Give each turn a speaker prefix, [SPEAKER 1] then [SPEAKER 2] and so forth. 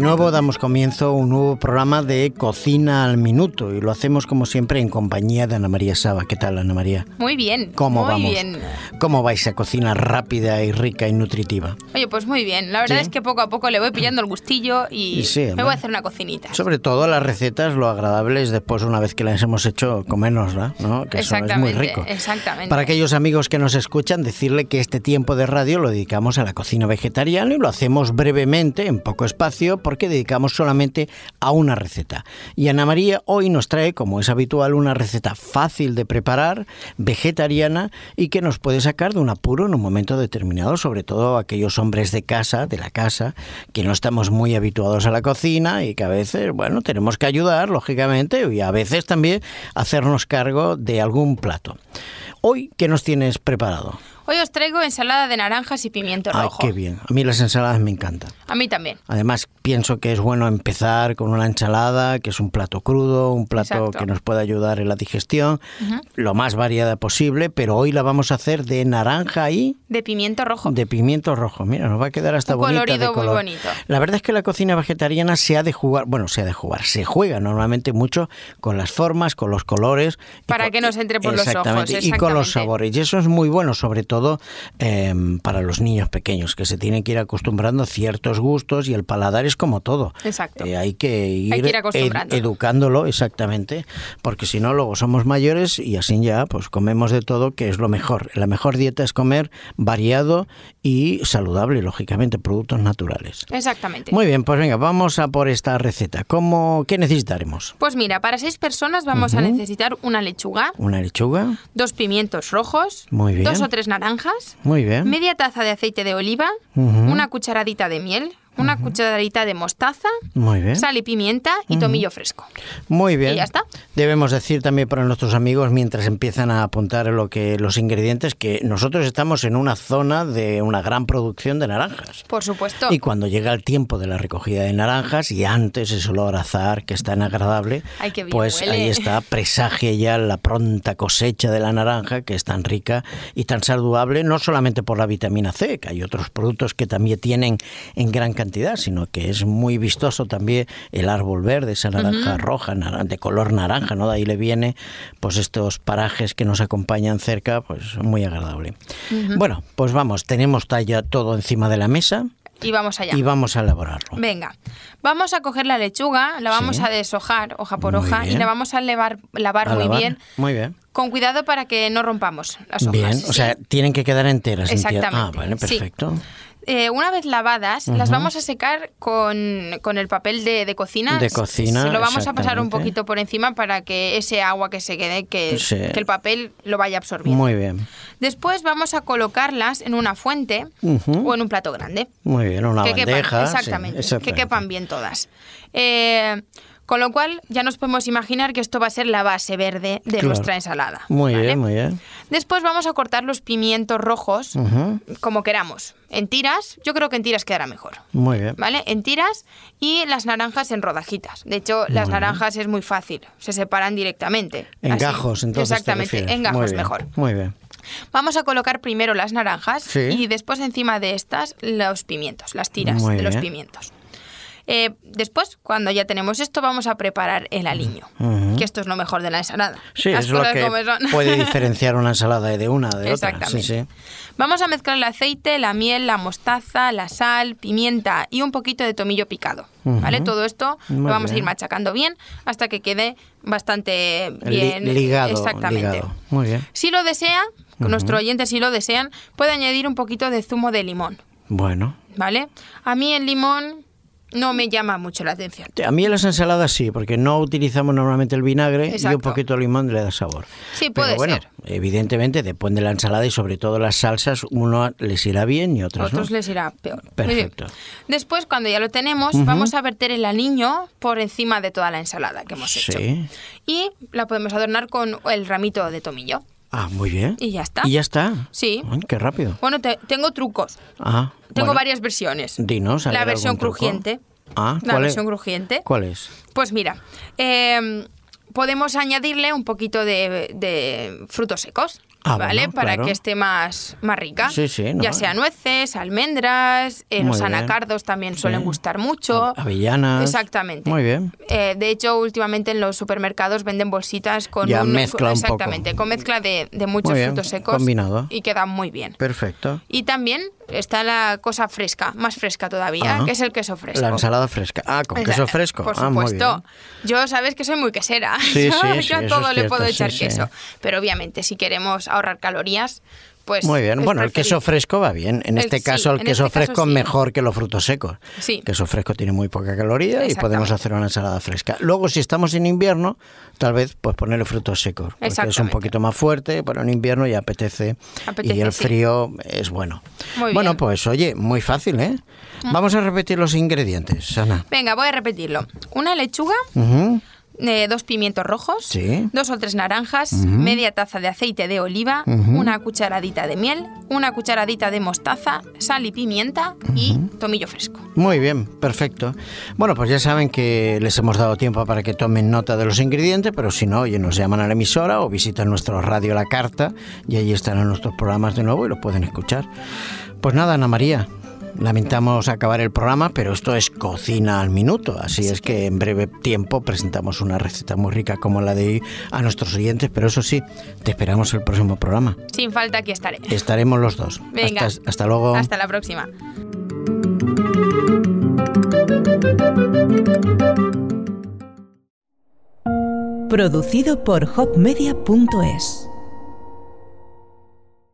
[SPEAKER 1] nuevo damos comienzo a un nuevo programa de Cocina al Minuto y lo hacemos como siempre en compañía de Ana María Saba. ¿Qué tal Ana María?
[SPEAKER 2] Muy bien.
[SPEAKER 1] ¿Cómo
[SPEAKER 2] muy
[SPEAKER 1] vamos?
[SPEAKER 2] bien.
[SPEAKER 1] ¿Cómo vais a cocina rápida y rica y nutritiva?
[SPEAKER 2] Oye, pues muy bien. La verdad
[SPEAKER 1] ¿Sí?
[SPEAKER 2] es que poco a poco le voy pillando el gustillo y,
[SPEAKER 1] Y sí,
[SPEAKER 2] me voy
[SPEAKER 1] además.
[SPEAKER 2] a hacer una cocinita.
[SPEAKER 1] Sobre todo las recetas, lo agradable es después, una vez que las hemos hecho, comérnosla, ¿no? Que eso es muy
[SPEAKER 2] Exactamente,
[SPEAKER 1] rico.
[SPEAKER 2] exactamente.
[SPEAKER 1] Para aquellos amigos que nos escuchan, decirle que este tiempo de radio lo dedicamos a la cocina vegetariana y lo hacemos brevemente, en poco espacio, porque dedicamos solamente a una receta. Y Ana María hoy nos trae, como es habitual, una receta fácil de preparar, vegetariana y que nos puede sacar de un apuro en un momento determinado, sobre todo aquellos hombres de casa, de la casa, que no estamos muy habituados a la cocina y que a veces, bueno, tenemos que ayudar, lógicamente, y a veces también hacernos cargo de algún plato. Hoy, ¿qué nos tienes preparado?
[SPEAKER 2] Hoy os traigo ensalada de naranjas y pimiento
[SPEAKER 1] Ay,
[SPEAKER 2] rojo.
[SPEAKER 1] qué bien. A mí las ensaladas me encantan.
[SPEAKER 2] A mí también.
[SPEAKER 1] Además, pienso que es bueno empezar con una ensalada, que es un plato crudo, un plato
[SPEAKER 2] Exacto.
[SPEAKER 1] que nos puede ayudar en la digestión, lo más variada posible, pero hoy la vamos a hacer de naranja y
[SPEAKER 2] De pimiento rojo.
[SPEAKER 1] de pimiento rojo. Mira, nos va a quedar hasta
[SPEAKER 2] Un
[SPEAKER 1] bonita
[SPEAKER 2] colorido
[SPEAKER 1] de
[SPEAKER 2] muy
[SPEAKER 1] color.
[SPEAKER 2] bonito.
[SPEAKER 1] La verdad es que la cocina vegetariana se ha de jugar, bueno, se ha de jugar, se juega normalmente mucho con las formas, con los colores. y
[SPEAKER 2] Para
[SPEAKER 1] con-
[SPEAKER 2] que nos entre por los ojos,
[SPEAKER 1] Exactamente, y con los
[SPEAKER 2] exactamente.
[SPEAKER 1] sabores. Y eso es muy bueno, sobre todo eh, para los niños pequeños, que se tienen que ir acostumbrando a ciertos gustos y el paladar es como todo.
[SPEAKER 2] Exacto.
[SPEAKER 1] Eh, hay que ir,
[SPEAKER 2] Hay que ir
[SPEAKER 1] ed-
[SPEAKER 2] acostumbrándolo.
[SPEAKER 1] educándolo, exactamente, porque si no, luego somos mayores y así ya, pues comemos de todo, que es lo mejor. La mejor dieta es comer variado y saludable, lógicamente, productos naturales.
[SPEAKER 2] Exactamente.
[SPEAKER 1] Muy bien, pues venga, vamos a por esta receta. ¿Cómo, ¿Qué necesitaremos?
[SPEAKER 2] Pues mira, para seis personas vamos a necesitar una lechuga,
[SPEAKER 1] Una lechuga,
[SPEAKER 2] dos pimientos rojos,
[SPEAKER 1] Muy bien.
[SPEAKER 2] dos o tres naranjas,
[SPEAKER 1] muy bien.
[SPEAKER 2] media taza de aceite de oliva,
[SPEAKER 1] Ujú.
[SPEAKER 2] una cucharadita de miel, una cucharadita de mostaza,
[SPEAKER 1] Muy bien.
[SPEAKER 2] sal y pimienta y tomillo fresco.
[SPEAKER 1] Muy bien.
[SPEAKER 2] Y ya está.
[SPEAKER 1] Debemos decir también para nuestros amigos mientras empiezan a apuntar lo que los ingredientes que nosotros estamos en una zona de una gran producción de naranjas.
[SPEAKER 2] Por supuesto.
[SPEAKER 1] Y cuando llega el tiempo de la recogida de naranjas y antes ese olor a azahar que es tan agradable,
[SPEAKER 2] Ay, qué bien
[SPEAKER 1] pues
[SPEAKER 2] huele.
[SPEAKER 1] ahí está, presagia ya la pronta cosecha de la naranja que es tan rica y tan saludable, no solamente por la vitamina C, que hay otros productos que también tienen en gran cantidad, sino que es muy vistoso también el árbol verde, esa naranja roja, naran- de color naranja, ¿no? De ahí le viene pues estos parajes que nos acompañan cerca, pues muy agradable. Bueno, pues vamos, tenemos ya todo encima de la mesa
[SPEAKER 2] Y vamos allá.
[SPEAKER 1] y vamos a elaborarlo.
[SPEAKER 2] Venga, vamos a coger la lechuga, la vamos
[SPEAKER 1] Sí.
[SPEAKER 2] a deshojar hoja por
[SPEAKER 1] Muy
[SPEAKER 2] hoja y
[SPEAKER 1] bien.
[SPEAKER 2] la vamos a levar- lavar
[SPEAKER 1] A
[SPEAKER 2] muy
[SPEAKER 1] lavar.
[SPEAKER 2] bien,
[SPEAKER 1] Muy bien.
[SPEAKER 2] con cuidado para que no rompamos las hojas.
[SPEAKER 1] Bien, o
[SPEAKER 2] ¿sí?
[SPEAKER 1] sea, tienen que quedar enteras. entiendo. Ah,
[SPEAKER 2] Exactamente,
[SPEAKER 1] vale,
[SPEAKER 2] sí.
[SPEAKER 1] perfecto.
[SPEAKER 2] Eh, una vez lavadas, las vamos a secar con, con el papel de, de cocina.
[SPEAKER 1] De cocina,
[SPEAKER 2] Se lo vamos a pasar un
[SPEAKER 1] exactamente.
[SPEAKER 2] poquito por encima para que ese agua que se quede, que,
[SPEAKER 1] Sí.
[SPEAKER 2] que el papel lo vaya absorbiendo.
[SPEAKER 1] Muy bien,
[SPEAKER 2] Después vamos a colocarlas en una fuente o en un plato grande.
[SPEAKER 1] muy bien, una
[SPEAKER 2] que
[SPEAKER 1] bandeja.
[SPEAKER 2] quepan,
[SPEAKER 1] sí,
[SPEAKER 2] exactamente, que
[SPEAKER 1] exactamente.
[SPEAKER 2] quepan bien todas. Eh, con lo cual ya nos podemos imaginar que esto va a ser la base verde de
[SPEAKER 1] Claro.
[SPEAKER 2] nuestra ensalada.
[SPEAKER 1] Muy
[SPEAKER 2] ¿vale?
[SPEAKER 1] bien, muy bien. Mm.
[SPEAKER 2] Después vamos a cortar los pimientos rojos
[SPEAKER 1] Ujú,
[SPEAKER 2] como queramos, en tiras. Yo creo que en tiras quedará mejor.
[SPEAKER 1] Muy bien.
[SPEAKER 2] ¿Vale? En tiras y las naranjas en rodajitas. De hecho, las naranjas es muy fácil, se separan directamente.
[SPEAKER 1] En
[SPEAKER 2] así.
[SPEAKER 1] gajos, entonces. te
[SPEAKER 2] Exactamente,
[SPEAKER 1] refieres.
[SPEAKER 2] en
[SPEAKER 1] Muy
[SPEAKER 2] gajos
[SPEAKER 1] bien,
[SPEAKER 2] mejor.
[SPEAKER 1] Muy bien.
[SPEAKER 2] Vamos a colocar primero las naranjas
[SPEAKER 1] Sí.
[SPEAKER 2] y después encima de estas los pimientos, las tiras
[SPEAKER 1] Muy
[SPEAKER 2] de los
[SPEAKER 1] bien.
[SPEAKER 2] pimientos. Eh, después, cuando ya tenemos esto, vamos a preparar el aliño, que esto es lo mejor de la ensalada.
[SPEAKER 1] Sí,
[SPEAKER 2] Las
[SPEAKER 1] es lo
[SPEAKER 2] cosas
[SPEAKER 1] que
[SPEAKER 2] como son.
[SPEAKER 1] puede diferenciar una ensalada de una de otra. Sí,
[SPEAKER 2] Exactamente.
[SPEAKER 1] sí.
[SPEAKER 2] Vamos a mezclar el aceite, la miel, la mostaza, la sal, pimienta y un poquito de tomillo picado. ¿Vale? Todo esto
[SPEAKER 1] Muy
[SPEAKER 2] lo vamos a
[SPEAKER 1] bien.
[SPEAKER 2] ir machacando bien hasta que quede bastante
[SPEAKER 1] Li-
[SPEAKER 2] bien.
[SPEAKER 1] ligado,
[SPEAKER 2] Exactamente.
[SPEAKER 1] ligado. Muy bien.
[SPEAKER 2] Si lo desea, nuestro oyente si lo desean, puede añadir un poquito de zumo de limón.
[SPEAKER 1] Bueno.
[SPEAKER 2] ¿Vale? A mí el limón no me llama mucho la atención.
[SPEAKER 1] A mí las ensaladas sí, porque no utilizamos normalmente el vinagre y un
[SPEAKER 2] Exacto.
[SPEAKER 1] poquito de limón le da sabor.
[SPEAKER 2] Sí,
[SPEAKER 1] Pero
[SPEAKER 2] puede
[SPEAKER 1] bueno,
[SPEAKER 2] ser.
[SPEAKER 1] evidentemente después de la ensalada y sobre todo las salsas, uno les irá bien y otros,
[SPEAKER 2] otros
[SPEAKER 1] no.
[SPEAKER 2] les irá peor. Muy bien.
[SPEAKER 1] Perfecto.
[SPEAKER 2] Después, cuando ya lo tenemos, vamos a verter el aliño por encima de toda la ensalada que hemos hecho.
[SPEAKER 1] Sí.
[SPEAKER 2] Y la podemos adornar con el ramito de tomillo.
[SPEAKER 1] Ah, muy bien.
[SPEAKER 2] Y ya está.
[SPEAKER 1] ¿Y ya está?
[SPEAKER 2] Sí.
[SPEAKER 1] Ay, qué rápido.
[SPEAKER 2] Bueno, te- tengo trucos.
[SPEAKER 1] Ah,
[SPEAKER 2] Tengo
[SPEAKER 1] bueno.
[SPEAKER 2] varias versiones.
[SPEAKER 1] Dinos, a
[SPEAKER 2] La
[SPEAKER 1] ver,
[SPEAKER 2] versión
[SPEAKER 1] algún truco.
[SPEAKER 2] crujiente.
[SPEAKER 1] Ah,
[SPEAKER 2] La
[SPEAKER 1] ¿cuál
[SPEAKER 2] versión
[SPEAKER 1] es?
[SPEAKER 2] crujiente.
[SPEAKER 1] ¿Cuál es?
[SPEAKER 2] Pues mira, em, eh, podemos añadirle un poquito de, de frutos secos.
[SPEAKER 1] Ah,
[SPEAKER 2] ¿vale?
[SPEAKER 1] bueno,
[SPEAKER 2] Para
[SPEAKER 1] claro.
[SPEAKER 2] que esté más, más rica.
[SPEAKER 1] Sí, sí, no.
[SPEAKER 2] Ya sea nueces, almendras, eh,
[SPEAKER 1] Muy
[SPEAKER 2] los
[SPEAKER 1] bien.
[SPEAKER 2] anacardos también
[SPEAKER 1] Sí.
[SPEAKER 2] suelen gustar mucho.
[SPEAKER 1] Avellanas.
[SPEAKER 2] Exactamente.
[SPEAKER 1] Muy bien.
[SPEAKER 2] Eh, de hecho, últimamente en los supermercados venden bolsitas con
[SPEAKER 1] Ya
[SPEAKER 2] un-
[SPEAKER 1] mezcla un poco.
[SPEAKER 2] exactamente, con mezcla de, de muchos
[SPEAKER 1] Muy bien,
[SPEAKER 2] frutos secos
[SPEAKER 1] combinado.
[SPEAKER 2] y quedan muy bien.
[SPEAKER 1] Perfecto.
[SPEAKER 2] Y también está la cosa fresca, más fresca todavía,
[SPEAKER 1] Ah.
[SPEAKER 2] que es el queso fresco.
[SPEAKER 1] La ensalada fresca. Ah, con queso
[SPEAKER 2] Esa-
[SPEAKER 1] fresco.
[SPEAKER 2] Por
[SPEAKER 1] Ah, muy bien.
[SPEAKER 2] supuesto. Yo sabes que soy muy quesera.
[SPEAKER 1] Sí,
[SPEAKER 2] yo
[SPEAKER 1] sí, sí, eso
[SPEAKER 2] yo a todo
[SPEAKER 1] es
[SPEAKER 2] le
[SPEAKER 1] cierto,
[SPEAKER 2] puedo
[SPEAKER 1] sí,
[SPEAKER 2] echar
[SPEAKER 1] sí.
[SPEAKER 2] queso. Pero obviamente, si queremos ahorrar calorías, pues.
[SPEAKER 1] Muy bien.
[SPEAKER 2] es
[SPEAKER 1] Bueno, el
[SPEAKER 2] preferible.
[SPEAKER 1] queso fresco va bien. En
[SPEAKER 2] El-
[SPEAKER 1] este
[SPEAKER 2] sí,
[SPEAKER 1] caso, el
[SPEAKER 2] en
[SPEAKER 1] queso
[SPEAKER 2] este caso
[SPEAKER 1] fresco
[SPEAKER 2] sí.
[SPEAKER 1] mejor que los frutos secos.
[SPEAKER 2] Sí.
[SPEAKER 1] El queso fresco tiene muy poca caloría y podemos
[SPEAKER 2] Exactamente.
[SPEAKER 1] hacer una ensalada fresca. Luego, si estamos en invierno, tal vez pues ponerle frutos secos. Porque es un
[SPEAKER 2] Exactamente.
[SPEAKER 1] poquito más fuerte, pero en invierno ya apetece.
[SPEAKER 2] Apetece,
[SPEAKER 1] y el
[SPEAKER 2] sí.
[SPEAKER 1] frío es bueno.
[SPEAKER 2] Muy
[SPEAKER 1] bueno,
[SPEAKER 2] bien. Mm.
[SPEAKER 1] pues oye, muy fácil, ¿eh? Vamos a repetir los ingredientes, Ana.
[SPEAKER 2] Venga, voy a repetirlo. Una lechuga,
[SPEAKER 1] Ujú.
[SPEAKER 2] eh, dos pimientos rojos,
[SPEAKER 1] Sí.
[SPEAKER 2] dos o tres naranjas, media taza de aceite de oliva, una cucharadita de miel, una cucharadita de mostaza, sal y pimienta y tomillo fresco.
[SPEAKER 1] Muy bien, perfecto. Bueno, pues ya saben que les hemos dado tiempo para que tomen nota de los ingredientes, pero si no, oye, nos llaman a la emisora o visitan nuestro radio La Carta y allí estarán nuestros programas de nuevo y los pueden escuchar. Pues nada, Ana María, lamentamos acabar el programa, pero esto es cocina al minuto, así es que en breve tiempo presentamos una receta muy rica como la de hoy a nuestros oyentes, pero eso sí, te esperamos el próximo programa.
[SPEAKER 2] Sin falta, aquí estaré.
[SPEAKER 1] Estaremos los dos.
[SPEAKER 2] Venga.
[SPEAKER 1] Hasta, hasta luego.
[SPEAKER 2] Hasta la próxima.
[SPEAKER 3] Producido por hopmedia.es.